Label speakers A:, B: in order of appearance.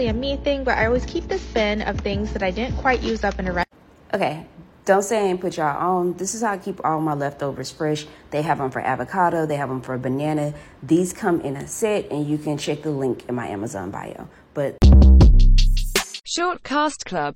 A: a me thing, but I always keep this bin of things that I didn't quite use up in a
B: Okay, don't say I ain't put y'all on. This is how I keep all my leftovers fresh. They have them for avocado, they have them for banana. These come in a set, and you can check the link in my Amazon bio. But
C: Shortcast Club.